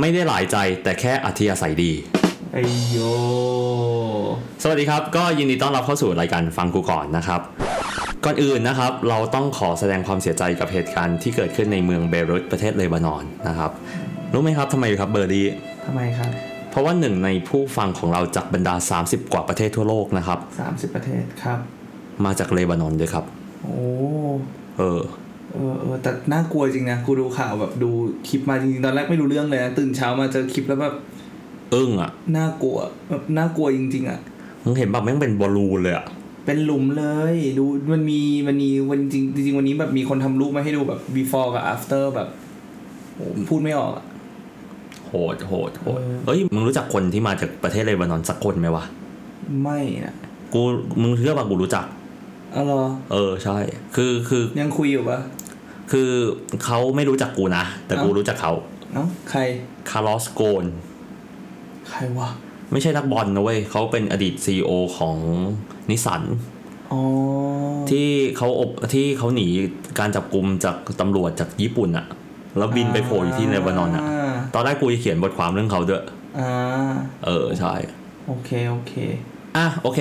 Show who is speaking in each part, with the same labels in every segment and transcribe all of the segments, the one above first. Speaker 1: ไม่ได้หลายใจแต่แค่อัธยาศัยดี
Speaker 2: ไอโย
Speaker 1: สวัสดีครับ ก็ยินดีต้อนรับเข้าสู่รายการฟังกูก่อนนะครับ ก่อนอื่นนะครับ เราต้องขอแสดงความเสียใจกับเหตุการณ์ที่เกิดขึ้นในเมืองเบรุตประเทศเลบานอนนะครับ รู้ไหมครับทำไมครับเบอร์ดี
Speaker 2: ทำไมครับ
Speaker 1: เพราะว่าหนึ่งในผู้ฟังของเราจากบรรดา 30 กว่าประเทศทั่วโลกนะครับ
Speaker 2: 30 ประเทศครับ
Speaker 1: มาจากเลบานอนด้วยครับ
Speaker 2: โอ้
Speaker 1: เออ
Speaker 2: เออเออแต่น่ากลัวจริงนะ กูดูข่าวแบบดูคลิปมาจริงๆ ตอนแรกไม่รู้เรื่องเลยนะ ตื่นเช้ามาเจอคลิปแล้วแบบ
Speaker 1: อึ้งอ่ะ
Speaker 2: น่ากลัวแบบน่ากลัวจริง ๆ อ่ะ
Speaker 1: มึงเห็นแบบแม่งเป็นบอลลูนเลยอ่ะ
Speaker 2: เป็นหลุมเลย ดูมันมีมันมีวันจริงจริงๆวันนี้แบบมีคนทำรูปมาให้ดูแบบ before กับ after แบบโอ้พูดไม่ออกอะ
Speaker 1: โหดโหดโหด
Speaker 2: เออ
Speaker 1: เอ้ยมึงรู้จักคนที่มาจากประเทศเลบานอนสักคนไหมวะ
Speaker 2: ไม่นะ
Speaker 1: กูมึงเชื่อป่ะกูรู้จัก
Speaker 2: เอาเหรอ
Speaker 1: เออใช่ คือคือ
Speaker 2: ยังคุยอยู่ปะ
Speaker 1: คือเขาไม่รู้จักกูนะ แต่กู
Speaker 2: เอ้า
Speaker 1: รู้จักเขา
Speaker 2: เอ้าใคร
Speaker 1: คาร์ลอสโกน
Speaker 2: ใครวะ
Speaker 1: ไม่ใช่นักบอลนะเว้ยเขาเป็นอดีตซีอของนิสัน
Speaker 2: อ๋อ
Speaker 1: ที่เขาอบที่เขาหนีการจับกลุมจากตำรวจจากญี่ปุ่นอะแล้วบินไปโผล่อยู่ที่เลบานอนอะ
Speaker 2: า
Speaker 1: ตอนแรกกูจะเขียนบทความเรื่องเขาด้วย
Speaker 2: อ่า
Speaker 1: เออใช่
Speaker 2: โอเค โอเค
Speaker 1: อ่ะโอเค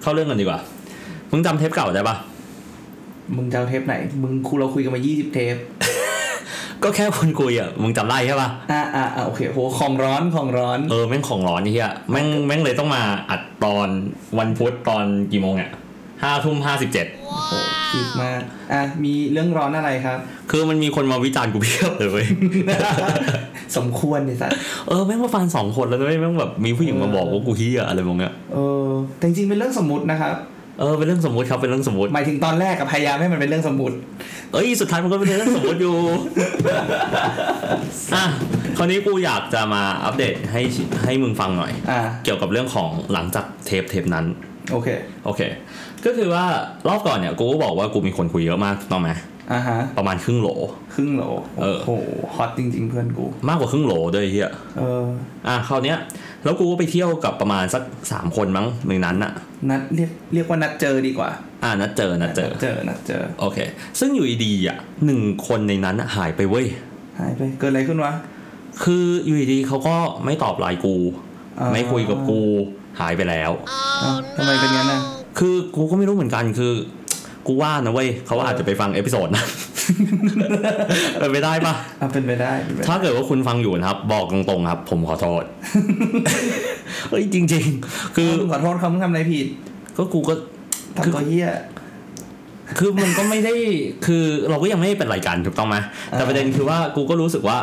Speaker 1: เข้าเรื่องกันดีกว่ามึงจำเทปเก่าได้ปะ
Speaker 2: มึงจะเอาเทปไหน มึงครูเราคุยกันมา 20 เทป
Speaker 1: ก็แค่คนคุยอ่ะ มึงจำได้ใช่ป่ะ
Speaker 2: อ่าอ่าอ่าโอเค โห ของร้อน ของร้อน
Speaker 1: เออ แม่งของร้อนนี่เฮียแม่งแม่งเลยต้องมาอัดตอนวันพุธตอนกี่โมงเนี่ยห้าทุ่มห้าสิบเจ็ด
Speaker 2: โอ้โหขีดมาก อ่ะ มีเรื่องร้อนอะไรครับ
Speaker 1: คือมันมีคนมาวิจารณ์กูเพียบเลยเว้ ย
Speaker 2: สมควรไอ้สัส
Speaker 1: เออ แม่งมาฟังสองคนแล้วด้วยแม่งแบบมีผู้หญิงมาบอกว่ากูเฮียอะไรพวกเนี้ย
Speaker 2: เออ แต่จริงๆ เป็นเรื่องสมมตินะครับ
Speaker 1: เออ เป็นเรื่องสมมติครับ เป็นเรื่องสมมติ
Speaker 2: หมายถึงตอนแรกกับพยายามให้มันเป็นเรื่องสมมติ
Speaker 1: เอ้ย สุดท้ายมันก็เป็นเรื่องสมมติอยู่ อ่ะ คราวนี้กูอยากจะมาอัปเดตให้ให้มึงฟังหน่อย
Speaker 2: อ่า
Speaker 1: เกี่ยวกับเรื่องของหลังจากเทปเทปนั้น
Speaker 2: โอเค
Speaker 1: โอเค ก็คือว่ารอบก่อนเนี่ยกูก็บอกว่ากูมีคนคุยเยอะมากถูกต้องไหม
Speaker 2: อ่าฮะ
Speaker 1: ประมาณครึ่งโหล
Speaker 2: ครึ่งโหล
Speaker 1: เอ
Speaker 2: โอ้
Speaker 1: อ
Speaker 2: โห ฮอตจริง ๆ เพื่อนกู
Speaker 1: มากกว่าครึ่งโหลด้วยเฮีย
Speaker 2: เออ
Speaker 1: อ่ะคราวเนี้ยแล้วกูก็ไปเที่ยวกับประมาณสักสามคนมั้งในนั้นอะ
Speaker 2: นัดเรียก เรียกว่านัดเจอดีกว่า
Speaker 1: อ่ะนัดเจอนัดเจอ
Speaker 2: นัดเจอ นัดเจอ
Speaker 1: โอเค ซึ่งอยู่ดีๆอ่ะหนึ่งคนในนั้นอะหายไปเว้ย
Speaker 2: หายไป เกิดอะไรขึ้นวะ
Speaker 1: คืออยู่ดีๆเขาก็ไม่ตอบไลน์กู
Speaker 2: อ่า
Speaker 1: ไม่คุยกับกูหายไปแล้ว
Speaker 2: อ้าวทำไมเป็นงั้นน่ะ
Speaker 1: คือกูก็ไม่รู้เหมือนกันคือ กูว่านะเว้ยเขาอาจจะไปฟังเอพิโซดนะ เป็นไปได้ปะ
Speaker 2: อ่ะเป็นไปได้เป็นไปได้
Speaker 1: ถ้าเกิดว่าคุณฟังอยู่นะครับ บอกตรงๆครับ ผมขอโทษ เฮ้ยจริง ๆ คือ
Speaker 2: มึงขอโทษเขามึงทำอะไรผิด
Speaker 1: ก็กูก็
Speaker 2: ทำตัวเหี้ย
Speaker 1: คือมันก็ไม่ได้ คือเราก็ยังไม่ได้เป็นรายการถูกต้องไหมแต่ประเด็นคือว่ากูก็รู้สึกว่า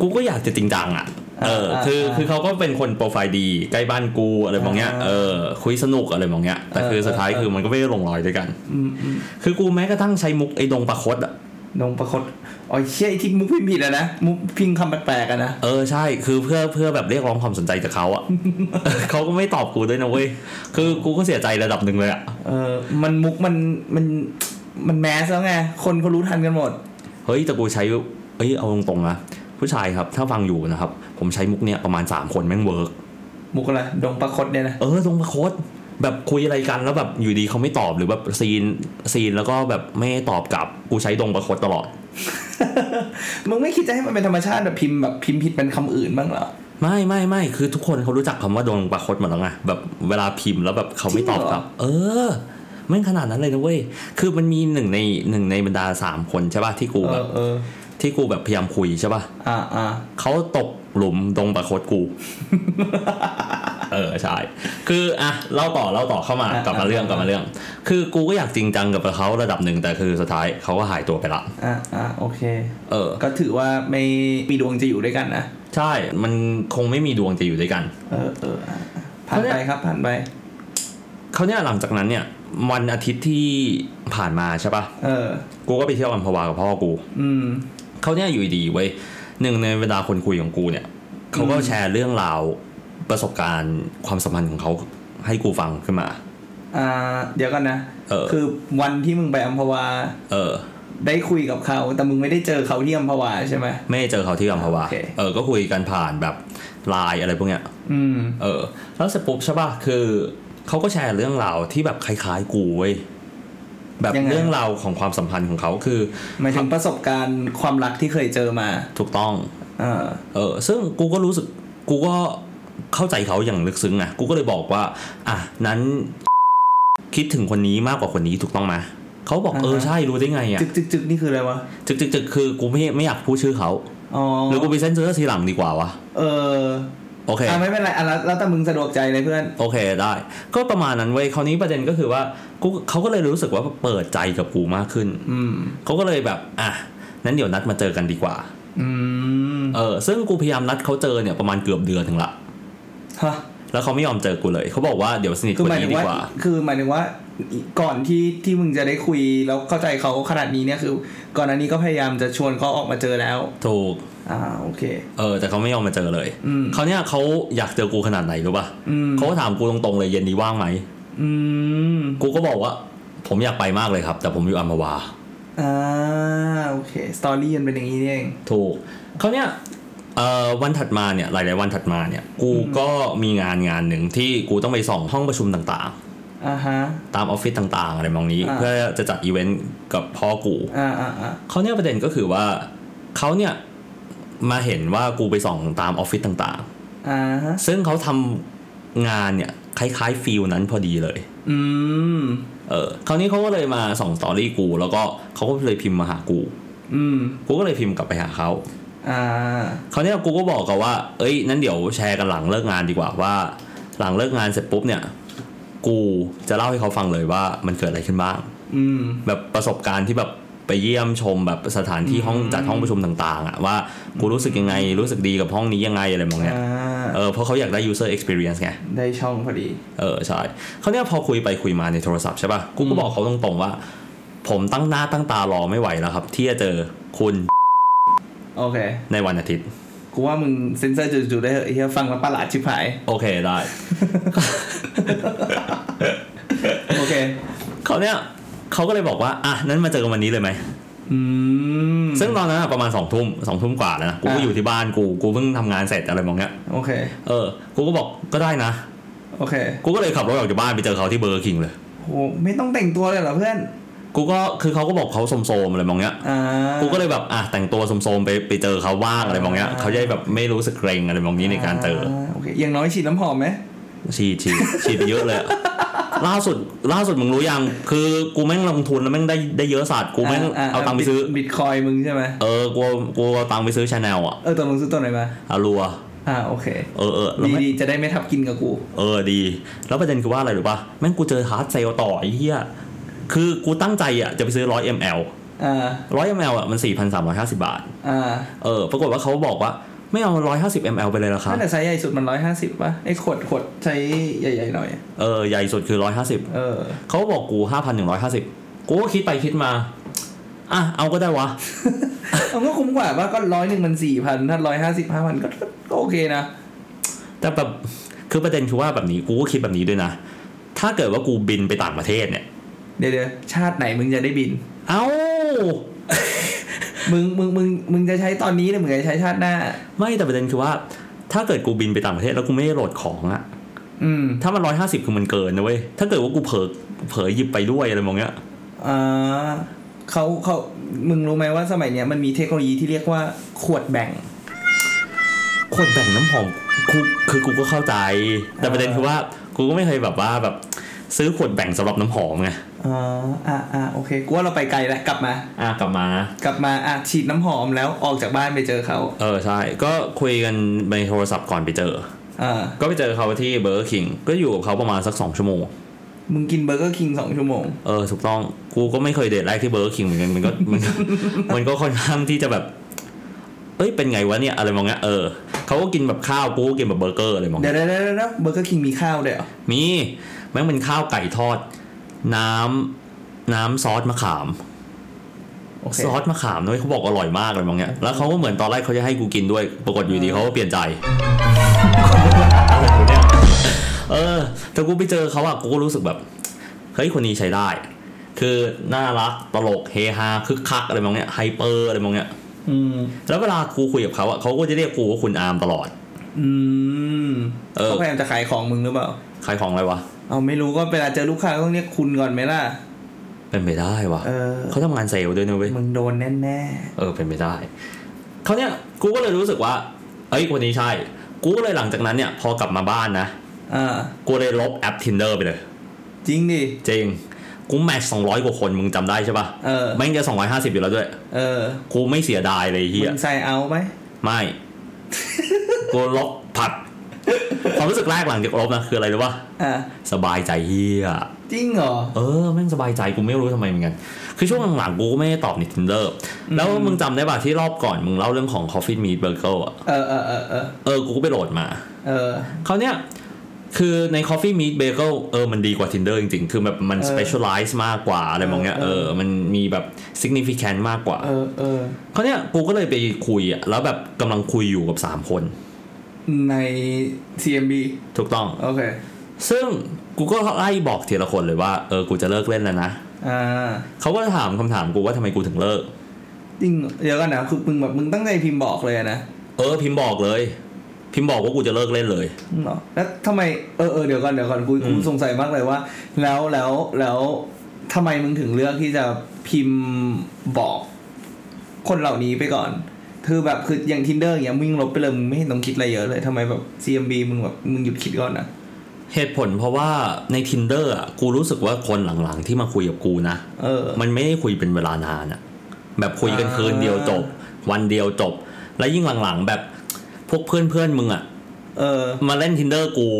Speaker 1: กูก็อยากจะจริงจังอ่ะ เออ
Speaker 2: อ่า
Speaker 1: คือ
Speaker 2: อ่า
Speaker 1: คือเขาก็เป็นคนโปรไฟล์ดี ใกล้บ้านกูอะไรมองเงี้ย
Speaker 2: อ่า
Speaker 1: เออ คุยสนุกอะไรมองเงี้ย แต่คือ
Speaker 2: เออ
Speaker 1: สุดท้าย
Speaker 2: เออ
Speaker 1: คือมันก็ไม่ได้ลงรอยด้วยกัน
Speaker 2: อืมอืม
Speaker 1: คือกูแม้กระทั่งใช้มุกไอ้ดงประคดอ่ะ
Speaker 2: นงประคตอ๋อเชี่ยไอ้ที่มุกพิมพ์ผิดอะนะ มุกพิมพ์คำแปลกๆอะนะ
Speaker 1: เออใช่คือเพื่อเพื่อแบบเรียกร้องความสนใจจากเขาอะ เขาก็ไม่ตอบกูด้วยนะเว้ยคือกูก็เสียใจระดับหนึ่งเลยอะ
Speaker 2: เออ มันมุกมันมันมันแมสแล้วไง คนเขารู้ทันกันหมด
Speaker 1: เฮ้ยแต่กูใช้เอ้ยเอาตรงๆนะผู้ชายครับถ้าฟังอยู่นะครับ ผมใช้มุกเนี้ยประมาณ 3 คนแม่งเวิร์ก
Speaker 2: มุกอะไรดงประคตเนี่ยนะ
Speaker 1: เออตรงมาโคตรแบบคุยอะไรกันแล้วแบบอยู่ดีเขาไม่ตอบหรือแบบซีนซีนแล้วก็แบบไม่ตอบกลับกูใช้ดงประคตตลอด
Speaker 2: มึงไม่คิดจะให้มันเป็นธรรมชาติแบบพิมพ์แบบพิมพ์ผิดเป็นคำอื่นบ้างเหรอ
Speaker 1: ไม่ไม่ไม่คือทุกคนเขารู้จักคำว่าดงประคตหมดแล้วไงแบบเวลาพิมพ์แล้วแบบเขาไม่ตอบกลับ เออแม่งขนาดนั้นเลยนะเว้ยคือมันมีหนึ่งในหนึ่งในบรรดาสามคนใช่ป่ะที่กู
Speaker 2: เอ
Speaker 1: แบ
Speaker 2: อบ เออ
Speaker 1: ที่กูแบบพยายามคุยใช่ป่ะ
Speaker 2: อ่าอ่า
Speaker 1: เขาตกหลุมดงประคตกู เออใช่คืออ่ะเล่าต่อเล่าต่อเข้ามากลับมาเรื่องกลับมาเรื่อง คือกูก็อยากจริงจังกับเขาระดับหนึ่งแต่คือสุดท้ายเขาก็หายตัวไปละ
Speaker 2: อ่าอ่าโอเค
Speaker 1: เออ
Speaker 2: ก็ถือว่าไม่มีดวงจะอยู่ด้วยกันนะ
Speaker 1: ใช่มันคงไม่มีดวงจะอยู่ด้วยกัน
Speaker 2: เออเอออ่ะอ่ะผ่านไปครับผ่านไป
Speaker 1: เขาวเนี่ยหลังจากนั้นเนี่ยวันอาทิตย์ที่ผ่านมาใช่ปะ
Speaker 2: เออ
Speaker 1: กูก็ไปเที่ยวอัมพวากับพ่อกู
Speaker 2: อืม
Speaker 1: เขาวเนี่ยอยู่ดีๆเว้ยหนึ่งในเวลาคนคุยของกูเนี่ยเขาก็แชร์เรื่องราวประสบการณ์ความสัมพันธ์ของเขาให้กูฟังขึ้นมา
Speaker 2: อ่าเดี๋ยวกันนะ
Speaker 1: เออ
Speaker 2: คือวันที่มึงไปอัมพวา
Speaker 1: เออ
Speaker 2: ได้คุยกับเขา แต่มึงไม่ได้เจอเขาที่อัมพวาใช่ไหม
Speaker 1: ไม่ได้เจอเขาที่อัมพวา
Speaker 2: โอเค
Speaker 1: เออก็คุยกันผ่านแบบไลน์อะไรพวกเนี้ย
Speaker 2: อืม
Speaker 1: เออแล้วเสร็จปุ๊บใช่ปะคือเขาก็แชร์เรื่องราวที่แบบคล้ายๆกูเว้ยแบบ
Speaker 2: ยังไง
Speaker 1: เรื่องราวของความสัมพันธ์ของเขาคือ
Speaker 2: หมายถึงประสบการณ์ความรักที่เคยเจอมา
Speaker 1: ถูกต้อง
Speaker 2: อ่า
Speaker 1: เออซึ่งกูก็รู้สึกกูก็เข้าใจเขาอย่างลึกซึ้งนะกูก็เลยบอกว่า อ่ะนั้นคิดถึงคนนี้มากกว่าคนนี้ถูกต้องไหมเขาบอก
Speaker 2: อ่าฮะ
Speaker 1: เออใช่รู้ได้ไงอ่ะ
Speaker 2: จึกจึกจึกนี่คืออะไรวะ
Speaker 1: จึกจึกจึกคือกูไม่ไม่อยากพูดชื่อเขา
Speaker 2: อ๋อ
Speaker 1: หรือกูไปเซ็นเซอร์ทีหลังดีกว่าวะ
Speaker 2: เออ
Speaker 1: โอเค
Speaker 2: อ่ะไม่เป็นไรอ่ะแล้วแล้วแต่มึงสะดวกใจเลยเพื่อน
Speaker 1: โอเคได้ ก็ประมาณนั้นเว้ยคราวนี้ประเด็นก็คือว่ากูเขาก็เลยรู้สึกว่าเปิดใจกับกูมากขึ้น
Speaker 2: อืม
Speaker 1: เขาก็เลยแบบอ่ะนั้นเดี๋ยวนัดมาเจอกันดีกว่า
Speaker 2: อืม
Speaker 1: เออซึ่งกูพยายามนัดเขาเจอเนี่ยประมาณเกือบเดือนถึงละ
Speaker 2: ฮะ
Speaker 1: แล้วเขาไม่ยอมเจอกูเลย เขาบอกว่าเดี๋ยวสนิทก
Speaker 2: คือ
Speaker 1: ว่าม
Speaker 2: หายถึ
Speaker 1: นี้
Speaker 2: ง
Speaker 1: ดีก
Speaker 2: ว่า
Speaker 1: ว่า
Speaker 2: คือหมายถึงว่าก่อนที่ที่มึงจะได้คุยแล้วเข้าใจเขาขนาดนี้เนี่ยคือ ก่อนอันนี้ก็พยายามจะชวนเขาออกมาเจอแล้ว
Speaker 1: ถูก
Speaker 2: อ่าโอเค
Speaker 1: เออ แต่เขาไม่ยอมมาเจอเลย
Speaker 2: อืม
Speaker 1: เขาวเนี่ยเขาอยากเจอกูขนาดไหนรู้ป่ะ
Speaker 2: อืม
Speaker 1: เขาก็ถามกูตรงๆเลยเย็นนี้ว่างไหม
Speaker 2: อืม
Speaker 1: กูก็บอกว่า ผมอยากไปมากเลยครับ แต่ผมอยู่อัมพวา
Speaker 2: อ่าโอเคสตอรี่มันเป็นอย่างนี้นี่เอง
Speaker 1: ถูกเขาวเนี่ยเอ่อวันถัดมาเนี่ยหลายๆวันถัดมาเนี่ย กูก็มีงานงานหนึ่งที่กูต้องไปส่องห้องประชุมต่าง
Speaker 2: อ่าฮะ
Speaker 1: ๆ ตามออฟฟิศต่างๆ อะไรมองนี้
Speaker 2: อ่า
Speaker 1: เพื่อจะจัดอีเวนต์กับพ่อกู
Speaker 2: อ่าอ่าอ่า
Speaker 1: เขาวเนี่ยประเด็นก็คือว่าเขาเนี่ยมาเห็นว่ากูไปส่องตามออฟฟิศต่างๆ
Speaker 2: อ่าฮะ
Speaker 1: ซึ่งเขาทำงานเนี่ยคล้ายๆฟิลนั้นพอดีเลย
Speaker 2: อืม
Speaker 1: เออ คราวนี้เขาก็เลยมาส่องสตอรี่กู แล้วก็เขาก็เลยพิมพ์มาหากู
Speaker 2: อืม
Speaker 1: กูก็เลยพิมพ์กลับไปหาเขา
Speaker 2: อ่า
Speaker 1: คราวนี้กูก็บอกกับว่า เอ้ย นั้นเดี๋ยวแชร์กันหลังเลิกงานดีกว่าว่า หลังเลิกงานเสร็จปุ๊บเนี่ย กูจะเล่าให้เขาฟังเลยว่ามันเกิดอะไรขึ้นบ้าง
Speaker 2: อืม
Speaker 1: แบบประสบการณ์ที่แบบไปเยี่ยมชมแบบสถานที่ห้อง
Speaker 2: อืม
Speaker 1: จัดห้องประชุมต่างๆอะว่ากูรู้สึกยังไง รู้สึกดีกับห้องนี้ยังไงอะไรแบบเนี้ย
Speaker 2: อ่า
Speaker 1: เออ เพราะเขาอยากได้ user experience ไง
Speaker 2: ได้ช่องพอดี
Speaker 1: เออใช่เขาวเนี่ยพอคุยไปคุยมาในโทรศัพท์ใช่ป่ะ กูก็บอกเขาตรงๆว่า ผมตั้งหน้าตั้งตารอไม่ไหวแล้วครับ ที่จะเจอคุณ
Speaker 2: โอเค
Speaker 1: ในวันอาทิตย์
Speaker 2: กูว่ามึงเซ็นเซอร์จู่ๆได้เหอะไอ้เฮียฟังแล้วประหลาดชิบหาย
Speaker 1: โอเคได้
Speaker 2: โอเค
Speaker 1: เขาวเนี่ยเขาก็เลยบอกว่าอ่ะนั้นมาเจอกันวันนี้เลยไหม
Speaker 2: อืม
Speaker 1: ซึ่งตอนนั้นอะประมาณสองทุ่มสองทุ่มกว่าแล้วนะ กูก็
Speaker 2: อ่ะ
Speaker 1: อยู่ที่บ้านกูกูเพิ่งทำงานเสร็จอะไรมองเนี้ย
Speaker 2: โอเค
Speaker 1: เออ กูก็บอกก็ได้นะ
Speaker 2: โอเค
Speaker 1: กูก็เลยขับรถออกจากบ้านไปเจอเขาที่เบอร์คิงเลย
Speaker 2: โหไม่ต้องแต่งตัวเลยเหรอเพื่อน
Speaker 1: กูก็คือเขาก็บอกเขาโสมๆอะไรมองเนี้ย
Speaker 2: อ่า
Speaker 1: กูก็เลยแบบอ่ะแต่งตัวโสมๆไปไปเจอเขาว่างอะไรมองเนี้ย
Speaker 2: อ่า
Speaker 1: เขาจะได้แบบไม่รู้สึกเกรงอะไรมองนี้ในการเจอ
Speaker 2: โอเค อย่างน้อยฉีดน้ำหอมไหม
Speaker 1: ฉีดฉีด ฉีดไปเยอะเลย อะล่าสุดล่าสุดมึงรู้ยัง คือกูแม่งลงทุนแล้วแม่งได้ได้เยอะสัตว์กูแม่งเอาตังค์ไปซื้อ
Speaker 2: บิตคอยมึงใช่ไหม
Speaker 1: เออกูกูเอาตังค์ไปซื้อชาแนลอ่ะ
Speaker 2: เออตกลงซื้อตัวไหนมา
Speaker 1: อารัว
Speaker 2: อ่า โอเค
Speaker 1: เออเออแล้ว
Speaker 2: ดี
Speaker 1: แม่ง
Speaker 2: ดีจะได้ไม่ทับกินกับกู
Speaker 1: เออดี แล้วประเด็นคือว่าอะไรหรือป่ะแม่งกูเจอฮาร์ดเซลต่อไอ้เหี้ยคือกูตั้งใจอ่ะจะไปซื้อ 100 ml
Speaker 2: อ่า
Speaker 1: 100 ml อ่ะมัน 4,350 บาท
Speaker 2: อ่า
Speaker 1: เออปรากฏว่าเขาบอกว่าไม่เอา 150 ml ไปเลยละครับ
Speaker 2: ถ้าแต่ไซส์ใหญ่สุดมันร้อยห้าสิบป่ะไอ้ขวดขวดใช้ใหญ่ๆหน่อย
Speaker 1: เออใหญ่สุดคือ 150
Speaker 2: เอ อ
Speaker 1: เขาบอกกู 5,150 กูก็คิดไปคิดมา อ่ะ เอาก็ได้วะ
Speaker 2: มันก็คุ้มกว่าว่าก็ร้อยหนึ่งมันสี่พันถ้าร้อยห้าสิบห้าพันก็ก็โอเคนะ
Speaker 1: แต่แบบ คือประเด็นคือว่าแบบนี้ กูก็คิดแบบนี้ด้วยนะ ถ้าเกิดว่ากูบินไปต่างประเทศเนี่ย
Speaker 2: เดี๋ยวเดี๋ยวชาติไหนมึงจะได้บิน
Speaker 1: เอ้า
Speaker 2: มึงมึงมึงมึงจะใช้ตอนนี้หรือมึงจะใช้ชาติหน้า
Speaker 1: ไม่แต่ประเด็นคือว่า ถ้าเกิดกูบินไปต่างประเทศแล้วกูไม่ได้โหลดของอะ
Speaker 2: อืม
Speaker 1: ถ้ามันร้อยห้าสิบคือมันเกินนะเว้ย ถ้าเกิดว่ากูเผลอเผลอหยิบไปด้วยอะไรมองเงี้ย
Speaker 2: อ่าเขาเขามึงรู้ไหมว่าสมัยเนี้ยมันมีเทคโนโลยีที่เรียกว่าขวดแบ่ง
Speaker 1: ขวดแบ่งน้ำหอมกูคือกูก็เข้าใจ แต่ประเด็นคือว่า กูก็ไม่เคยแบบว่าแบบ ซื้อขวดแบ่งสำหรับน้ำหอมไง
Speaker 2: อ่าอ่าอ่าโอเคกูว่าเราไปไกลแล้วกลับมา
Speaker 1: อ่ะกลับมานะ
Speaker 2: กลับมาอ่ะฉีดน้ำหอมแล้วออกจากบ้านไปเจอเขา
Speaker 1: เออใช่ ก็คุยกันในโทรศัพท์ก่อนไปเจอ
Speaker 2: อ่า
Speaker 1: ก็ไปเจอเขาที่เบอร์คิง ก็อยู่กับเขาประมาณสัก 2 ชั่วโมง
Speaker 2: มึงกินเบอร์เกอร์คิงสองชั่วโมง
Speaker 1: เออถูกต้อง กูก็ไม่เคยเดทแรกที่เบอร์คิงเหมือนกัน มันก็มันก็ มันก็ค่อนข้างที่จะแบบ เอ้ยเป็นไงวะเนี่ยอะไรมองเงี้ยเออเขาก็กินแบบข้าวกูก็กินแบบเบอร์เกอร์อะไรมอง
Speaker 2: เดี๋ย
Speaker 1: เงี้ยว
Speaker 2: เดี๋ยวเดี๋ยวเดี๋ยวเบอร์เกอร์คิงมีข้าวด้วยเหรอ
Speaker 1: มีแม่งเป็นข้าวไก่ทอด น้ำน้ำซอสมะขาม
Speaker 2: โอเค
Speaker 1: ซอสมะขามด้วยเขาบอกอร่อยมากอะไรมองเงี้ยแล้วเขาก็เหมือนตอนแรกเขาจะให้กูกินด้วย ปรากฏอยู่ดีเขาก็เปลี่ยนใจ เออแต่กูไปเจอเขาอะกูก็รู้สึกแบบ เฮ้ย คนนี้ใช้ได้ คือน่ารัก ตลก เฮฮา คึกคักอะไรมองเนี้ย ไฮเปอร์อะไรมองเนี้ย
Speaker 2: อืม
Speaker 1: แล้วเวลากูคุยกับเขาอะเขาก็จะเรียกกูว่าคุณอาร์มตลอด
Speaker 2: อืม
Speaker 1: เออ
Speaker 2: เขาพยายามจะขายของมึงหรือเปล่า
Speaker 1: ขายของอะไรวะ
Speaker 2: เอาไม่รู้ก็เวลาเจอลูกค้าก็ต้องเรียกคุณก่อนไหมล่ะ
Speaker 1: เป็นไปได้วะ
Speaker 2: เออ
Speaker 1: เขาทำงานเซลล์ด้วยนะเว้ย
Speaker 2: มึงโดนแน่
Speaker 1: เออ เป็นไปได้ เขาวเนี่ยกูก็เลยรู้สึกว่า เอ้ยคนนี้ใช่ กูก็เลยหลังจากนั้นเนี่ยพอกลับมาบ้านนะ
Speaker 2: อ่า
Speaker 1: กูเลยลบแอป tinder ไปเลย
Speaker 2: จริงดิ
Speaker 1: จริง กูแมทสองร้อยกว่าคนมึงจำได้ใช่ปะ
Speaker 2: เออ
Speaker 1: แม่งจะสองร้อยห้าสิบอยู่แล้วด้วย
Speaker 2: เออ
Speaker 1: กูไม่เสียดายเลยเฮี
Speaker 2: มึ
Speaker 1: ย
Speaker 2: งใส่เอาไหม
Speaker 1: ไม่ กูลบผัด ความรู้สึกแรกหลังจากลบนะคืออะไรรู้ปะ
Speaker 2: อ่า
Speaker 1: สบายใจเฮีย
Speaker 2: จริงเหรอ
Speaker 1: เออแม่งสบายใจกูไม่รู้ทำไมเหมือนกัน คือช่วงหลังๆกูก็ไม่ได้ตอบใน tinder แล้ว
Speaker 2: อืม
Speaker 1: มึงจำได้ป่ะที่รอบก่อนมึงเล่าเรื่องของ coffee meet burger อ่ะ
Speaker 2: เออเออเออเออ
Speaker 1: เออกูก็ไปโหลดมา
Speaker 2: เออ
Speaker 1: เขาวเนี่ยคือใน Coffee Meet Bagel เออ มันดีกว่า Tinder จริงๆ คือแบบมัน
Speaker 2: เออ
Speaker 1: specialize มากกว่าอะไรมองเงี้ยเอ
Speaker 2: เออ
Speaker 1: อ มันมีแบบ significant มากกว่า
Speaker 2: เออเออ
Speaker 1: เขาวเนี่ยกูก็เลยไปคุยอะแล้วแบบกำลังคุยอยู่กับ 3 คน
Speaker 2: ใน CMB
Speaker 1: ถูกต้อง
Speaker 2: โอเค
Speaker 1: ซึ่งกูก็ไล่บอกทีละคนเลยว่า เออ กูจะเลิกเล่นแล้วนะ
Speaker 2: อ่า
Speaker 1: เขาก็ถามคำถามกูว่าทำไมกูถึงเลิก
Speaker 2: จริงเหรอเดี๋ยวกันนะคือมึงแบบมึงตั้งใจพิมพ์บอกเลยอะนะ
Speaker 1: เออ พิมพ์บอกเลย พิมพ์บอกว่ากูจะเลิกเล่นเลย
Speaker 2: เหรอแล้วทำไมเออเออเดี๋ยวก่อนเดี๋ยวก่อนกู
Speaker 1: อืม
Speaker 2: กูสงสัยมากเลยว่า แล้วแล้วแล้วทำไมมึงถึงเลือกที่จะพิมพ์บอก คนเหล่านี้ไปก่อน คือแบบคืออย่าง tinder อย่างเงี้ยมึงลบไปเลยมึงไม่เห็นต้องคิดอะไรเยอะเลยทำไมแบบ CMB มึงแบบมึงหยุดคิดก่อนนะ
Speaker 1: เหตุผลเพราะว่าใน tinder อะกูรู้สึกว่าคนหลังๆ ที่มาคุยกับกูนะ
Speaker 2: เออ
Speaker 1: มันไม่ได้คุยเป็นเวลานานอะแบบคุยกัน
Speaker 2: อ่า
Speaker 1: คืนเดียวจบ วันเดียวจบ แล้วยิ่งหลังๆ แบบพวกเพื่อนเพื่อนๆมึงอะ
Speaker 2: เออ
Speaker 1: มาเล่น tinder กู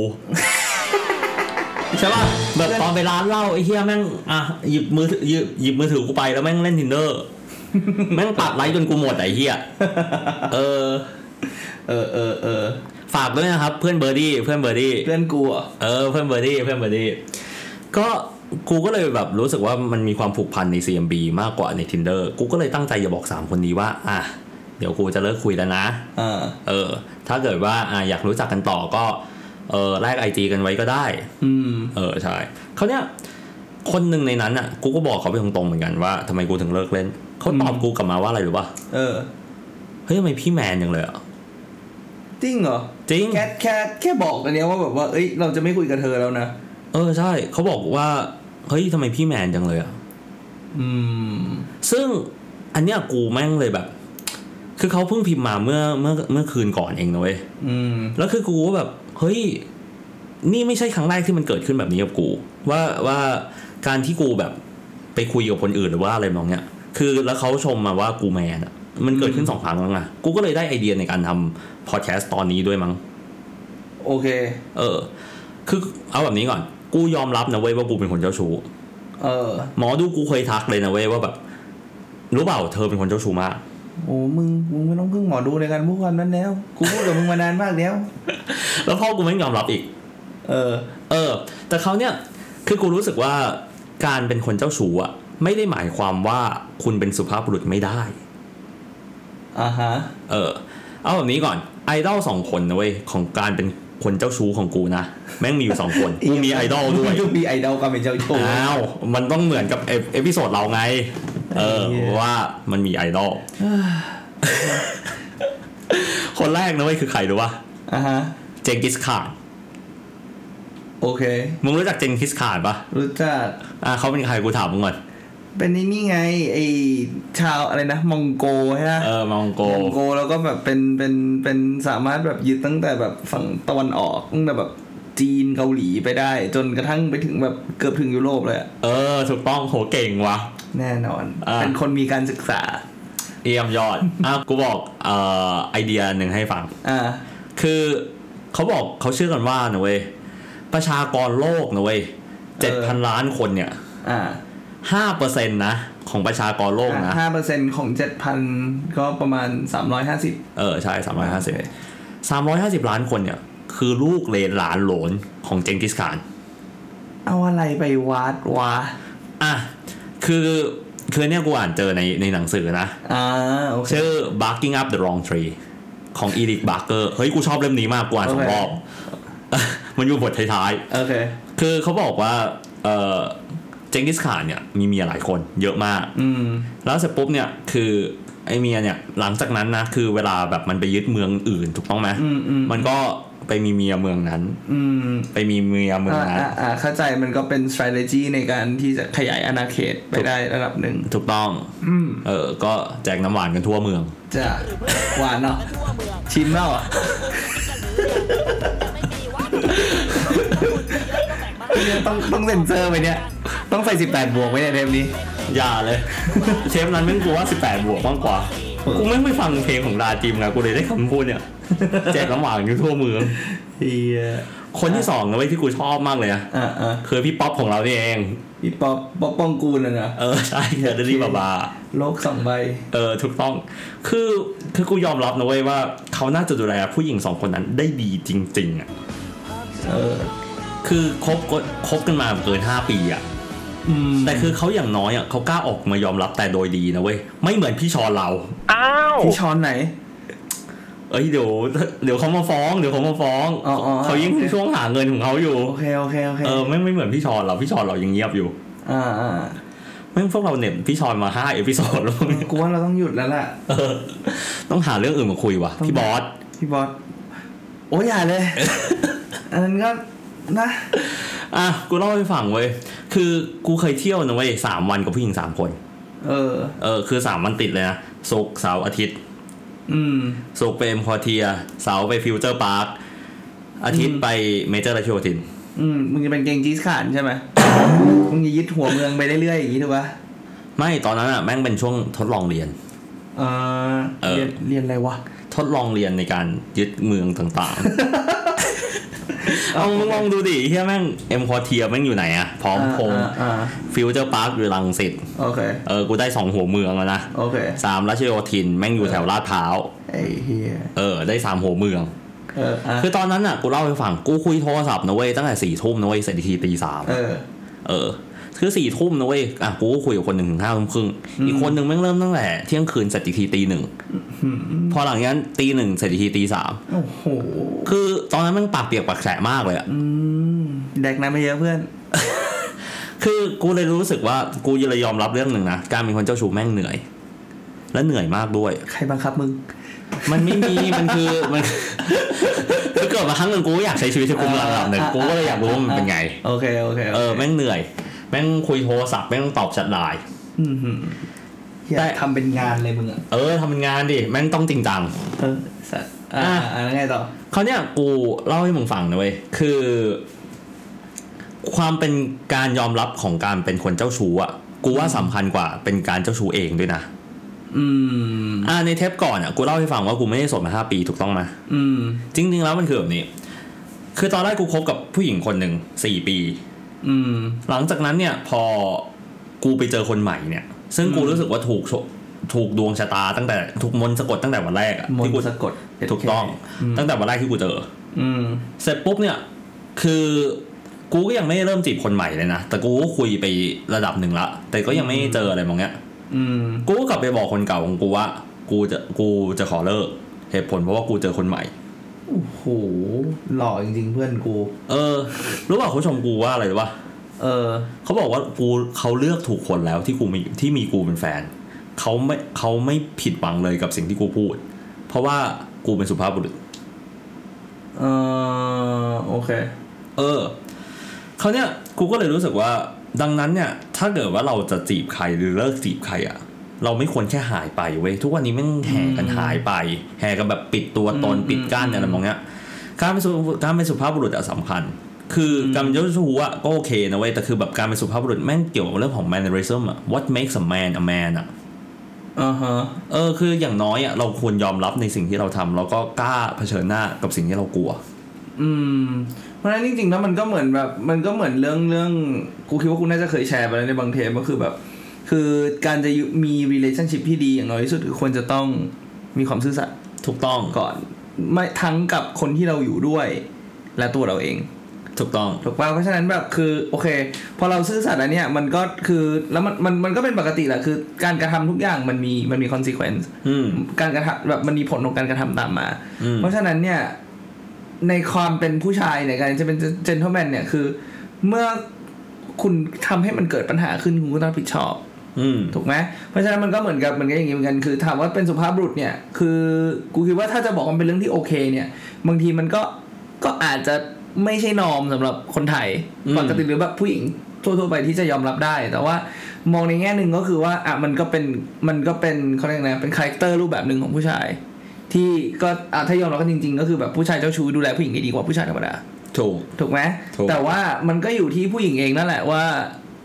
Speaker 1: ใช่ป่ะแบบ
Speaker 2: เล่น
Speaker 1: ตอนไปร้านเหล้าไอ้เฮียแม่งอ่ะหยิบมือถือหยิบหยิบมือถือกูไปแล้วแม่งเล่น tinder แม่งปัดไลค์จนกูหมดอะไอ้เฮียเออ
Speaker 2: เออเออเออ
Speaker 1: ฝากด้วยนะครับ เพื่อนเบอร์ดี้เพื่อนเบอร์ดี้
Speaker 2: เพื่อนกูเหรอ่ะ
Speaker 1: เออเพื่อนเบอร์ดี้เพื่อนเบอร์ดี้ก็กูก็เลยแบบรู้สึกว่ามันมีความผูกพันใน CMB มากกว่าใน Tinder กูก็เลยตั้งใจจะบอก 3 คนนี้ว่า อ่ะ เดี๋ยวกูจะเลิกคุยแล้วนะ
Speaker 2: อ่า
Speaker 1: เออ ถ้าเกิดว่าอ่ะอยากรู้จักกันต่อก็เออแลกไอจีกันไว้ก็ได้
Speaker 2: อืม
Speaker 1: เออ ใช่เขาวเนี้ยคนหนึ่งในนั้นอ่ะ กูก็บอกเขาไปตรงๆเหมือนกันว่าทำไมกูถึงเลิกเล่น เขาตอบ
Speaker 2: อืม
Speaker 1: กูกลับมาว่าอะไรหรือป่ะ
Speaker 2: เออ
Speaker 1: เฮ้ยทำไมพี่แมนอย่างเลยอ่ะ
Speaker 2: จริงเหรอ
Speaker 1: จริง
Speaker 2: แค่แค่แค่บอกอันเนี้ยว่าแบบว่าเอ้ยเราจะไม่คุยกับเธอแล้วนะ
Speaker 1: เออใช่เขาบอกว่าเฮ้ยทำไมพี่แมนจังเลยอ่ะ
Speaker 2: อืม
Speaker 1: ซึ่งอันเนี้ยกูแม่งเลยแบบ คือเขาเพิ่งพิมพ์มาเมื่อเมื่อเมื่อคืนก่อนเองนะเว้ย
Speaker 2: อืม
Speaker 1: แล้วคือกูก็แบบ เฮ้ย นี่ไม่ใช่ครั้งแรกที่มันเกิดขึ้นแบบนี้กับกู ว่าว่าการที่กูแบบไปคุยกับคนอื่นหรือว่าอะไรมองเนี้ย คือแล้วเขาชมมาว่ากูแมนอะมันเกิดขึ้นสองครั้งแล้วไงกูก็เลยได้ไอเดียในการทำพอดแคสต์ตอนนี้ด้วยมั้ง
Speaker 2: โอเค
Speaker 1: เออ คือเอาแบบนี้ก่อน กูยอมรับนะเว้ยว่ากูเป็นคนเจ้าชู้
Speaker 2: เออ
Speaker 1: หมอดูกูเคยทักเลยนะเว้ยว่าแบบ รู้เปล่าเธอเป็นคนเจ้าชู้มาก
Speaker 2: โอ้มึง มึงไม่ต้องพึ่งหมอดูในการพูดความนั้นแล้ว กูพูดกับมึงมานานมากแล้ว
Speaker 1: แล้วพ่อกูไม่ยอมรับอีก
Speaker 2: เออ
Speaker 1: เออ แต่เขาวเนี่ย คือกูรู้สึกว่าการเป็นคนเจ้าชู้อะไม่ได้หมายความว่าคุณเป็นสุภาพบุรุษไม่ได้
Speaker 2: อ่าฮะ
Speaker 1: เออ เอาแบบนี้ก่อน ไอดอลสองคนนะเว้ยของการเป็นคนเจ้าชู้ของกูนะ แม่งมีอยู่สองคน กูมีไอดอลด้วย
Speaker 2: กูมีไอดอลกับเป็นเจ้าชู้
Speaker 1: อ้าว มันต้องเหมือนกับเอเอพิโซดเราไง เออ
Speaker 2: ไอ้เหี้ย
Speaker 1: ว่ามันมีไอดอล คนแรกนะเว้ยคือใครรู้ปะ
Speaker 2: อ่าฮะ
Speaker 1: เจงกิสข่าน
Speaker 2: โอเค
Speaker 1: มึงรู้จักเจงกิสข่านปะ
Speaker 2: รู้จัก
Speaker 1: อ่าเขาเป็นใครกูถามมึงก่อน
Speaker 2: เป็นไอ้นี่ไง ไอชาวอะไรนะ มองโกใช่ไหม
Speaker 1: เออมองโก
Speaker 2: มองโกแล้วก็แบบเป็น เป็น เป็นสามารถแบบยึดตั้งแต่แบบฝั่งตะวันออกตั้งแต่แบบจีนเกาหลีไปได้ จนกระทั่งไปถึงแบบเกือบถึงยุโรปเลยอะ
Speaker 1: เออ ถูกต้องโหเก่งว่ะ
Speaker 2: แน่นอน
Speaker 1: อ่า
Speaker 2: เป็นคนมีการศึกษา
Speaker 1: เยี่ยมยอด อ่ะกูบอกเอ่อไอเดียหนึ่งให้ฟัง
Speaker 2: อ่า
Speaker 1: คือเขาบอกเขาเชื่อกันว่านะเว้ย ประชากรโลกนะเว้ย
Speaker 2: เอ
Speaker 1: เจ็ดพัน
Speaker 2: อ
Speaker 1: ล้านคนเนี่ย
Speaker 2: อ่า
Speaker 1: ห้าเปอร์เซ็นต์นะ ของประชากรโลกนะ
Speaker 2: ห้าเปอร์เซ็นของเจ็ดพันก็ประมาณสามร้อยห้าสิบ
Speaker 1: เออ ใช่สามร้อยห้าสิบสามร้อยห้าสิบล้านคนเนี่ย คือลูกเลนหลานโหลนของเจงกิสข่าน
Speaker 2: เอาอะไรไปวัดวะ
Speaker 1: อ่ะ คือคือเนี่ยกูอ่านเจอในในหนังสือนะ
Speaker 2: อ่าโอเค
Speaker 1: ชื่อ barking up the wrong tree ของ Eric Barker เฮ้ย กูชอบเล่มนี้มากกว่าสอง
Speaker 2: โอเค
Speaker 1: รอบ มันอยู่บทท้าย
Speaker 2: โอเค
Speaker 1: ๆ คือเขาบอกว่า เออเจงกิสข่านเนี่ย มีเมียหลายคนเยอะมาก
Speaker 2: อืม
Speaker 1: แล้วเสร็จปุ๊บเนี่ย คือ ไอเมียเนี่ย หลังจากนั้นนะ คือเวลาแบบมันไปยึดเมืองอื่นถูกต้องไหม
Speaker 2: อืมอืม
Speaker 1: มันก็ ไปมีเมียเมืองนั้น
Speaker 2: อืม
Speaker 1: ไปมีเมียเมือง
Speaker 2: อ่า
Speaker 1: นั้น
Speaker 2: อ่าอ่าเข้าใจมันก็เป็น strategy ในการที่จะขยายอาณาเขตไปได้ระดับหนึ่ง
Speaker 1: ถูกต้อง
Speaker 2: อืม
Speaker 1: เออ ก็แจกน้ำหวานกันทั่วเมือง
Speaker 2: จะหวานเนาะชิมเล่าอ่ะต้องต้องเซ็นเซอร์ไหมเนี่ย ต้องใส่18บวกไหมเนี่ยเทปนี้
Speaker 1: อย่าเลย เทปนั้นแม่งกูว่า 18 บวกมากกว่า กูไม่งไม่ฟังเพลงของดาจิมไงกูเลยได้คำพูดเนี่ย แจกน้ำหวานกันทั่วเมือง
Speaker 2: เฮีย
Speaker 1: คนที่สองนะเลยที่กูชอบมากเลยนะ
Speaker 2: อ่ะอ่ะ
Speaker 1: คือพี่ป๊อปของเรานี่เอง
Speaker 2: พี่ป๊อปป๊อปป้องกูลนะนะ
Speaker 1: เออ ใช่เธอเดลี่บาบา
Speaker 2: โลกสองใบ
Speaker 1: เออถูกต้อง คือคือกูยอมรับนะเว้ยว่าเขาน่าจะดูแลผู้หญิงสองคนนั้นได้ดีจริงๆอ่ะ
Speaker 2: เออ
Speaker 1: คือคบก็คบกันมาเกิน 5 ปีอ่ะ
Speaker 2: อืม
Speaker 1: แต่คือเขาอย่างน้อยอ่ะเขากล้าออกมายอมรับแต่โดยดีนะเว้ย ไม่เหมือนพี่ชอนเรา
Speaker 3: อ้าว
Speaker 2: พี่ช้อนไหน
Speaker 1: เอ้ยเดี๋ยวเดี๋ยวเขามาฟ้องเดี๋ยวเขามาฟ้อง
Speaker 2: อ๋ออ๋อ
Speaker 1: เขายังช่วงหาเงินของเขาอยู่
Speaker 2: โอเค โอเค โอเค
Speaker 1: เออไม่ไม่เหมือนพี่ชอนเราพี่ชอนเรายังเงียบอยู่
Speaker 2: อ่าอ่า
Speaker 1: แม่งพวกเราเหน็บพี่ชอนมาห้าเอพิโซดแล้ว เนี่ย
Speaker 2: กูว่าเราต้องหยุดแล้วล่ะ
Speaker 1: เออต้องหาเรื่องอื่นมาคุยว่ะ
Speaker 2: ต้อง
Speaker 1: พี่บอส
Speaker 2: พี่บอส โอ้ยอย่าเลย อันนั้นก็นะ
Speaker 1: อ่ะกูเล่าให้ฟังเว้ยคือกูเคยเที่ยวนะเว้ยสามวันกับผู้หญิงสามคน
Speaker 2: เออ
Speaker 1: เออคือสามวันติดเลยนะศุกร์เสาร์อาทิตย์
Speaker 2: อืม
Speaker 1: ศุกร์ไปเอ็มพอเทียเสาร์ไปฟิวเจอร์พาร์คอาทิตย์ไปเมเจอร์ราชโยธิน
Speaker 2: อืม มึงจะเป็นเกงจีสข่านใช่ไหม มึงจะยึดหัวเมืองไปเรื่อยๆอย่างนี้ถูกปะ
Speaker 1: ไม่ตอนนั้นอ่ะแม่งเป็นช่วงทดลองเรียน
Speaker 2: เออ
Speaker 1: เออ
Speaker 2: เรียนเรียนอะไรวะ
Speaker 1: ทดลองเรียนในการยึดเมืองต่าง ๆ เอามึงลองดูดิเฮียแม่งเอ็มคอเทียแม่งอยู่ไหนอะพร้อมพงษ์
Speaker 2: อ่าอ่า
Speaker 1: ฟิวเจอร์พาร์คอยู่รังสิต
Speaker 2: โอเค
Speaker 1: เออ กูได้สองหัวเมืองแล้วนะ
Speaker 2: โอเค
Speaker 1: สามราชโยธิน แม่งอยู่แถวลาดพร้าว
Speaker 2: ไอ้เฮีย
Speaker 1: เออ ได้สามหัวเมือง
Speaker 2: เอออ่ะ
Speaker 1: คือตอนนั้นอ่ะ กูเล่าให้ฟัง กูคุยโทรศัพท์นะเว้ย ตั้งแต่สี่ทุ่มนะเว้ยเสร็จอีกทีตีสาม
Speaker 2: เออ
Speaker 1: เออ คือสี่ทุ่มนะเว้ย อ่ะ กูก็คุยกับคนหนึ่งถึงห้าทุ่มครึ่ง อีกคนหนึ่งแม่งเริ่มตั้งแต่เที่ยงคืนเสร็จอีกทีตีหนึ่ง พอหลังจากนั้นตีหนึ่งเสร็จอีกทีตีสาม
Speaker 2: โอ้โห
Speaker 1: คือตอนนั้นแมันปากเปียกปากแฉะมากเลยอะ
Speaker 2: อืม แดกน้ำไม่เยอะเพื่อน
Speaker 1: คือกูเลยรู้สึกว่ากูเลยยอมรับเรื่องหนึ่งนะ การเป็นคนเจ้าชู้แม่งเหนื่อย และเหนื่อยมากด้วย
Speaker 2: ใครบังคับมึง
Speaker 1: มันไม่มี มันคือมันคือเกิดมาครั้งหนึ่งกูก็อยากใช้ชีวิตที่กูกำลังหลับหนึ่ง
Speaker 2: อ่า
Speaker 1: กูก็เลยอยากรู้ว่ามันเป็นไง
Speaker 2: โอเค โอเคโค
Speaker 1: เออแม่งเหนื่อย แม่งคุยโทรศัพท์แม่งต้องตอบแชทไลน์
Speaker 2: มหืมเหี้ย
Speaker 1: แต่
Speaker 2: ทำเป็นงานเลยมึงอะ
Speaker 1: เออทำงานดิแม่งต้องจริงจัง
Speaker 2: เออสัตว์อ่า
Speaker 1: อ่ะ
Speaker 2: อ่าแล้วไงต่อ
Speaker 1: เขาวเนี่ยกูเล่าให้มึงฟังนะเว้ยคือ ความเป็นการยอมรับของการเป็นคนเจ้าชู้อ่ะ กูว่าสำคัญกว่าเป็นการเจ้าชู้เองด้วยนะ
Speaker 2: อืม
Speaker 1: อ่าในเทปก่อนอ่ะกูเล่าให้ฟังว่ากูไม่ได้โสดมาห้าปีถูกต้องไหม
Speaker 2: อืม
Speaker 1: จริง ๆ แล้วมันคือแบบนี้ คือตอนแรกกูคบกับผู้หญิงคนหนึ่งสี่ปี
Speaker 2: อืม
Speaker 1: หลังจากนั้นเนี่ยพอกูไปเจอคนใหม่เนี่ย ซึ่งกูรู้สึกว่าถูกโชถูกดวงชะตาตั้งแต่ถูกมนต์สะกดตั้งแต่วันแรกอะ
Speaker 2: มน
Speaker 1: ที่
Speaker 2: ต์
Speaker 1: กู
Speaker 2: สะกด
Speaker 1: ถูกต้อง ตั้งแต่วันแรกที่กูเจอ
Speaker 2: อืม
Speaker 1: เสร็จปุ๊บเนี่ย คือกูก็ยังไม่ได้เริ่มจีบคนใหม่เลยนะ แต่กูก็คุยไประดับหนึ่งละ แต่ก็ยังไม่เจออะไรมองเนี้ย
Speaker 2: อืม
Speaker 1: กูก็กลับไปบอกคนเก่าของกูว่า กูจะกูจะขอเลิก เหตุผลเพราะว่ากูเจอคนใหม่
Speaker 2: โอ้โห หล่อจริงๆเพื่อนกู
Speaker 1: เออ รู้ป่ะเขาชมกูว่าอะไรรู้ป่ะ
Speaker 2: เออ
Speaker 1: เขาบอกว่ากูเขาเลือกถูกคนแล้วที่กูมีที่มีกูเป็นแฟนเขาไม่เขาไม่ผิดหวังเลยกับสิ่งที่กูพูด เพราะว่ากูเป็นสุภาพบุรุษ
Speaker 2: เออ โอเค
Speaker 1: เออเขาวเนี่ยกูก็เลยรู้สึกว่าดังนั้นเนี่ย ถ้าเกิดว่าเราจะจีบใครหรือเลิกจีบใครอะเราไม่ควรแค่หายไปเว้ยทุกวันนี้แม่งแห่กันหายไป แห่กันแบบปิดตัวตน
Speaker 2: อืม
Speaker 1: ปิดกั้น
Speaker 2: อืม
Speaker 1: อะไรมองเนี้ยการเป็นสุการเป็นสุภาพบุรุษอะสำคัญ คือการเป็นเจ้าชู้อะก็โอเคนะเว้ยแต่คือแบบการเป็นสุภาพบุรุษแม่งเกี่ยวกับเรื่องของ mannerism อะ what makes a man a man อะ
Speaker 2: อ่าฮะ
Speaker 1: เออคืออย่างน้อยอะเราควรยอมรับในสิ่งที่เราทำแล้วก็กล้าเผชิญหน้ากับสิ่งที่เรากลัว
Speaker 2: อืม เพราะฉะนั้นจริงๆแล้วมันก็เหมือนแบบ มันก็เหมือนเรื่องเรื่องกูคิดว่ากูน่าจะเคยแชร์ไปแล้วในบางเทปก็คือแบบ คือการจะอยู่มี relationship ที่ดีอย่างน้อยที่สุดคือควรจะต้องมีความซื่อสัตย์
Speaker 1: ถูกต้อง
Speaker 2: ก่อนไม่ทั้งกับคนที่เราอยู่ด้วย และตัวเราเอง
Speaker 1: ถูกต้อง
Speaker 2: ถูกป่ะเพราะฉะนั้นแบบคือโอเค พอเราซื่อสัตย์อันเนี้ยมันก็คือแล้วมันมันมันก็เป็นปกติแหละคือ การกระทำทุกอย่างมันมีมันมี consequence
Speaker 1: อืม
Speaker 2: การกระทำแบบมันมีผลของการกระทำตามมา
Speaker 1: อืม
Speaker 2: เพราะฉะนั้นเนี่ย ในความเป็นผู้ชายเนี่ยการจะเป็นเจนเทลแมนเนี่ยคือ เมื่อคุณทำให้มันเกิดปัญหาขึ้นคุณก็ต้องรับผิดชอบ
Speaker 1: อืม
Speaker 2: ถูกไหมเพราะฉะนั้นมันก็เหมือนกับมันก็อย่างนี้เหมือนกันคือถามว่าเป็นสุภาพบุรุษเนี่ย คือกูคิดว่าถ้าจะบอกว่ามันเป็นเรื่องที่โอเค เนี่ย บางทีมันก็ ก็อาจจะไม่ใช่นอมสำหรับคนไทย
Speaker 1: อืม
Speaker 2: ปกติหรือแบบผู้หญิงทั่วๆไปที่จะยอมรับได้ แต่ว่ามองในแง่หนึ่งก็คือว่าอ่ะมันก็เป็นมันก็เป็นเขาเรียกไงเป็นคาแรคเตอร์รูปแบบหนึ่งของผู้ชาย ที่ก็อ่ะถ้ายอมรับกันจริง ๆ ก็คือแบบผู้ชายเจ้าชู้ดูแลผู้หญิงได้ดีกว่าผู้ชายธรรมดา
Speaker 1: ถูก
Speaker 2: ถูกไหม
Speaker 1: ถูก
Speaker 2: แต่ว่ามันก็อยู่ที่ผู้หญิงเองนั่นแหละว่า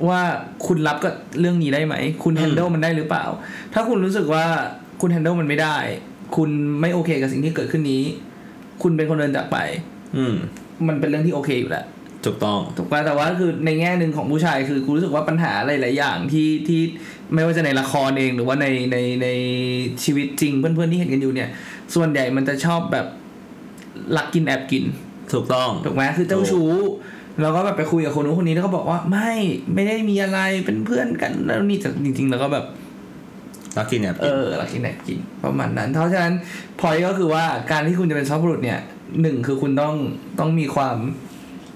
Speaker 2: ว่าคุณรับกับเรื่องนี้ได้ไหม คุณแฮนเดิลมันได้หรือเปล่า ถ้าคุณรู้สึกว่าคุณแฮนเดิลมันไม่ได้ คุณไม่โอเคกับสิ่งที่เกิดขึ้นนี้ คุณเป็นคนเดินจากไป
Speaker 1: อืม
Speaker 2: มันเป็นเรื่องที่โอเคอยู่แล้ว
Speaker 1: ถูกต้อง
Speaker 2: ถูกป่ะแต่ว่าคือในแง่หนึ่งของผู้ชายคือกูรู้สึกว่าปัญหาหลายๆอย่างที่ที่ไม่ว่าจะในละครเองหรือว่าในในในชีวิตจริงเพื่อนๆที่เห็นกันอยู่เนี่ย ส่วนใหญ่มันจะชอบแบบลักกินแอบกิน
Speaker 1: ถูกต้อง
Speaker 2: ถูกไหมคือเจ้าชู้เราก็แบบไปคุยกับคนนู้นคนนี้แล้วก็บอกว่าไม่ไม่ได้มีอะไรเป็นเพื่อนกันแล้วนี่แต่จริงๆ แล้วก็แบบ
Speaker 1: ลักกี้เนี่ย
Speaker 2: เออรักกินแอบกินประมาณนั้น เพราะฉะนั้นพอยก็คือว่าการที่คุณจะเป็นซอฟต์บุรุษเนี่ยหนึ่งคือคุณต้องต้องมีความ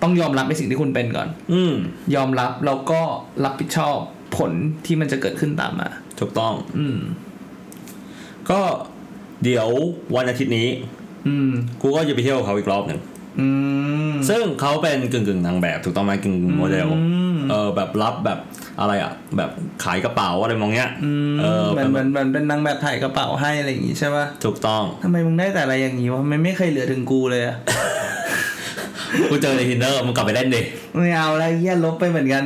Speaker 2: ต้องยอมรับในสิ่งที่คุณเป็นก่อน
Speaker 1: อืม
Speaker 2: ยอมรับแล้วก็รับผิดชอบผลที่มันจะเกิดขึ้นตามมา
Speaker 1: ถูกต้อง
Speaker 2: อืม
Speaker 1: ก็เดี๋ยววันอาทิตย์นี้
Speaker 2: อืม
Speaker 1: กูก็จะไปเที่ยวกับเขาอีกรอบหนึ่ง
Speaker 2: อืม
Speaker 1: ซึ่งเขาเป็นกึ่งกึ่งนางแบบถูกต้องไหมกึ่งกึ่งโมเดล
Speaker 2: อืม
Speaker 1: เออแบบรับแบบอะไรอ่ะ แบบขายกระเป๋าอะไรมองเนี้ย
Speaker 2: อืม
Speaker 1: เออ
Speaker 2: เหมือนเห
Speaker 1: แบ
Speaker 2: มือบ นเหมือนเป็นนางแบบถ่ายกระเป๋าให้อะไรอย่างงี้ใช่ป่ะ
Speaker 1: ถูกต้อง
Speaker 2: ทำไมมึงได้แต่อะไรอย่างงี้วะมันไม่เคยเหลือถึงกูเลยอะ
Speaker 1: กูเจอในทินเดอร์มึงกลับไปเล่นดิ
Speaker 2: ไม่เอาแล้วเหี้ยลบไปเหมือนกัน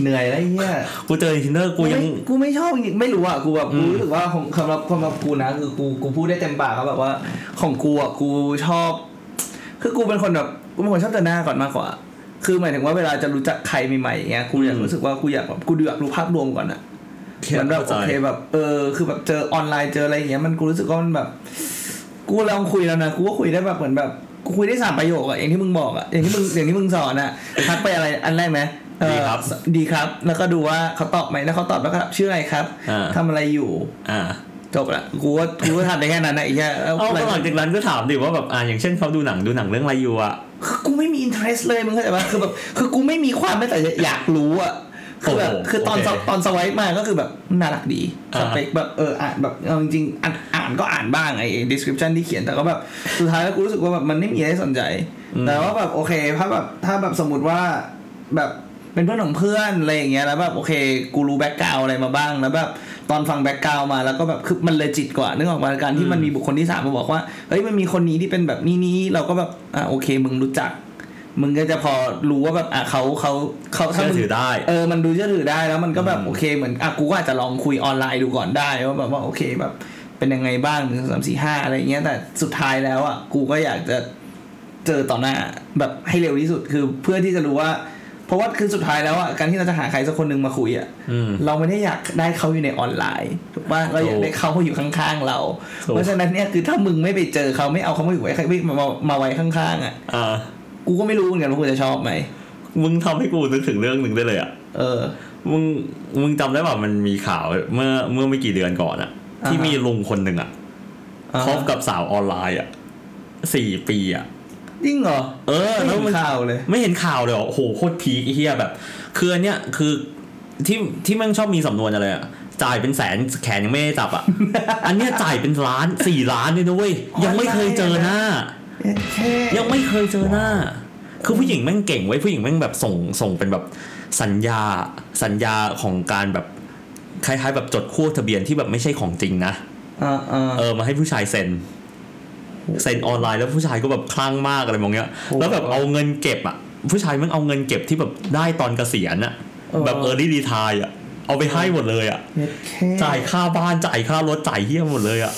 Speaker 2: เหนื่อยแล้วเหี้ย
Speaker 1: กูเจอในทินเดอร์กูยัง
Speaker 2: ไม่กูไม่ชอบจริงไม่รู้อ่ะกูแบบ
Speaker 1: อื
Speaker 2: กู
Speaker 1: ม
Speaker 2: รู้สึกว่าของสำหรับสำหรับกูนะคือกูกูพูดได้เต็มปากครับแบบว่า ของกูอ่ะกูชอบ คือกูเป็นคนแบบกูเป็นคนชอบเจอหน้าก่อนมากกว่า คือหมายถึงว่าเวลาจะรู้จักใครใหม่ๆอย่างเงี้ยกูอยากรู้สึกว่ากูอยากแบบกูอยากรู้ภาพรวมก่อนอ่ะ เหมือนแบบ
Speaker 1: ข้าใจ
Speaker 2: โอเคแบบเออคือแบบเจอออนไลน์เจออะไรอย่างเงี้ยมันกูรู้สึกว่ามันแบบ กูลองคุยแล้วนะกูก็คุยได้แบบเหมือนแบบกูคุยได้สามประโยคอะอย่างที่มึงบอกอะอย่างที่มึงอย่างที่มึงสอนอะทักไปอะไรอันแรกไหมเออ
Speaker 1: ดีครับ
Speaker 2: ดีครับ แล้วก็ดูว่าเขาตอบไหมแล้วเขาตอบแล้วก็ชื่ออะไรครับ
Speaker 1: อ่า
Speaker 2: ทำอะไรอยู่
Speaker 1: อ่า
Speaker 2: จบละกูก็กูก็ทำได้แค่นั้นนะไอ้แค่แล้ว
Speaker 1: เอา
Speaker 2: อะไร
Speaker 1: ก็หลังจากนั้นก็ถามดิว่าแบบอ่าอย่างเช่นเขาดูหนังดูหนังเรื่องอะไรอยู่อ่ะ
Speaker 2: คือกูไม่มีอินเทรสเลยมึงเข้าใจปะคือแบบคือกูไม่มีความแม้แต่อยากรู้อะคือแบบ
Speaker 1: โอ้โห
Speaker 2: คือตอน
Speaker 1: โอเค
Speaker 2: สตอนสไวายมาก็คือแบบน่ารักดี สเปคแบบเอออ่านแบบเอาจริงๆอ่านอ่านก็อ่านบ้างไอ้ description ที่เขียนแต่ก็แบบสุดท้ายแล้วกูรู้สึกว่าแบบมันไม่มีอะไรให้สนใจ แต่ว่าแบบโอเคถ้าแบบถ้าแบบสมมติว่าแบบเป็นเพื่อนของเพื่อนอะไรอย่างเงี้ยแล้วแบบโอเคกูรู้แบ็กกราวอะไรมาบ้างแล้วแบบตอนฟังแบ็กกราวมาแล้วก็แบบคือมันเลยจิตกว่านึกออกมาการที่มันมีบุคคลที่สามมาบอกว่าเฮ้ยมันมีคนนี้ที่เป็นแบบนี้นี้เราก็แบบอ่ะโอเค มึงรู้จัก มึงก็จะพอรู้ว่าแบบอ่ะเขาเขาเขาถ้า
Speaker 1: เชื่อ
Speaker 2: มึง
Speaker 1: ถือได้
Speaker 2: เออ มันดูเชื่อถือได้แล้วมันก็แบบ
Speaker 1: อืม
Speaker 2: โอเคเหมือนอ่ะกูก็อาจจะลองคุยออนไลน์ดูก่อนได้ว่าแบบว่าโอเคแบบ เป็นยังไงบ้างหนึ่งสองสามสี่ห้าอะไรอย่างเงี้ยแต่สุดท้ายแล้วอ่ะกูก็อยากจะเจอต่อหน้าแบบให้เร็วที่สุดคือเพื่อที่จะรู้ว่า เพราะว่าคือสุดท้ายแล้วอ่ะการที่เราจะหาใครสักคนหนึ่งมาคุยอ่ะ
Speaker 1: อืม
Speaker 2: เราไม่ได้อยากได้เขาอยู่ในออนไลน์ถูกป่ะเราอยากได้เขามาอยู่ข้างๆเรา
Speaker 1: ถูก
Speaker 2: เพราะฉะนั้นเนี่ยคือถ้ามึงไม่ไปเจอเขาไม่เอาเขามาอยู่ไว้ใครไม่มามามาไว้ข้างๆอ่ะ
Speaker 1: อ่า
Speaker 2: กูก็ไม่รู้เหมือนกันว่ากูจะชอบไหม
Speaker 1: มึงทำให้กูนึกถึงเรื่องหนึ่งได้เลยอ่ะ
Speaker 2: เออ
Speaker 1: มึงมึงจำได้ป่ะมันมีข่าวเมื่อเมื่อไม่กี่เดือนก่อนอะ
Speaker 2: อ่าฮะ
Speaker 1: ที่มีลุงคนหนึ่งอะคบกับสาวออนไลน์อะสี่ปีอะ
Speaker 2: จริงเหรอ
Speaker 1: เออแล้
Speaker 2: ไม่
Speaker 1: ว
Speaker 2: เห็น
Speaker 1: มัน
Speaker 2: ข่าวเลย
Speaker 1: ไม่เห็นข่าวเลยเหรอโอ้โหโคตรพีคไอ้เฮียแบบ คืออันเนี้ยคือที่ที่แมันชอบมีสำนวนอะไรอะจ่ายเป็นแสนแขนยังไม่ได้จับอะ อันเนี้ยจ่ายเป็นล้านสี่ล้านเลยนะเว้ยยังไม่เคยเจอหน้า
Speaker 2: แค่
Speaker 1: ยังไม่เคยเจอหน้า คือผู้หญิงแม่งเก่งไว้ยผู้หญิงแม่งแบบส่งส่งเป็นแบบสัญญาสัญญาของการแบบคล้ายๆ แบบจดคู่ทะเบียนที่แบบไม่ใช่ของจริงนะ
Speaker 2: อ่าอ่า
Speaker 1: เออมาให้ผู้ชายเซ็นเซ็นออนไลน์แล้วผู้ชายก็แบบคลั่งมากอะไรมองเงี้ย
Speaker 2: โอ้โห
Speaker 1: แล้วแบบเอาเงินเก็บอ่ะ ผู้ชายแม่งเอาเงินเก็บที่แบบได้ตอนเกษียณอ่ะ
Speaker 2: เออ
Speaker 1: แบบเออร์ลี่รีทายอ่ะเอาไปให้หมดเลยอ่ะ
Speaker 2: แค่
Speaker 1: จ่ายค่าบ้านจ่ายค่ารถจ่ายเฮี้ยหมดเลยอ่ะ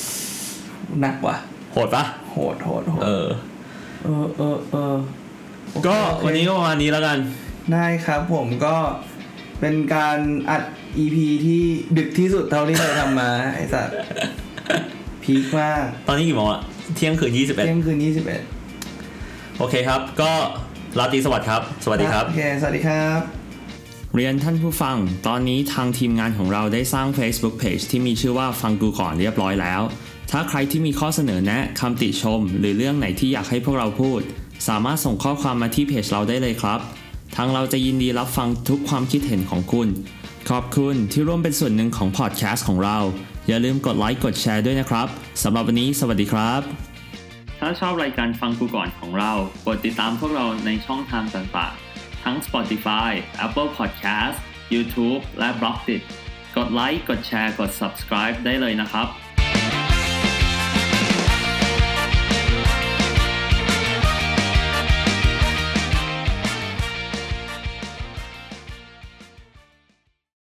Speaker 2: หนักว่ะ
Speaker 1: โหดปะ
Speaker 2: โหดโหดโหด
Speaker 1: เออ
Speaker 2: เออเออเออโอเค
Speaker 1: ก็
Speaker 2: โอเค
Speaker 1: วันนี้ก็ประมาณนี้แล้วกัน
Speaker 2: ได้ครับผมก็เป็นการอัด EP ที่ดึกที่สุดเท่าที่เคยทำมา ไอ้สัตว์พีคมาก
Speaker 1: ตอนนี้กี่โมงอะเที่ยงคืนยี่สิบเอ็ด
Speaker 2: เที่ยงคืนยี่สิบเอ็ด
Speaker 1: โอเคครับ ก็ราตรีสวัสดิ์ครับ สวัสดีครับ
Speaker 2: โอเค สวัสดีครับ
Speaker 1: เรียนท่านผู้ฟัง ตอนนี้ทางทีมงานของเราได้สร้าง Facebook Page ที่มีชื่อว่าฟังกูก่อนเรียบร้อยแล้ว ถ้าใครที่มีข้อเสนอแนะคำติชม หรือเรื่องไหนที่อยากให้พวกเราพูด สามารถส่งข้อความมาที่เพจเราได้เลยครับ ทางเราจะยินดีรับฟังทุกความคิดเห็นของคุณ ขอบคุณที่ร่วมเป็นส่วนหนึ่งของพอดแคสต์ของเรา อย่าลืมกดไลค์กดแชร์ด้วยนะครับสำหรับวันนี้ สวัสดีครับ ถ้าชอบรายการฟังกูก่อนของเรา กดติดตามพวกเราในช่องทางต่างๆ ทั้ง Spotify, Apple Podcast, YouTube และ b l o g d i t กดไลค์ กดแชร์ กด subscribe ได้เลยนะครับ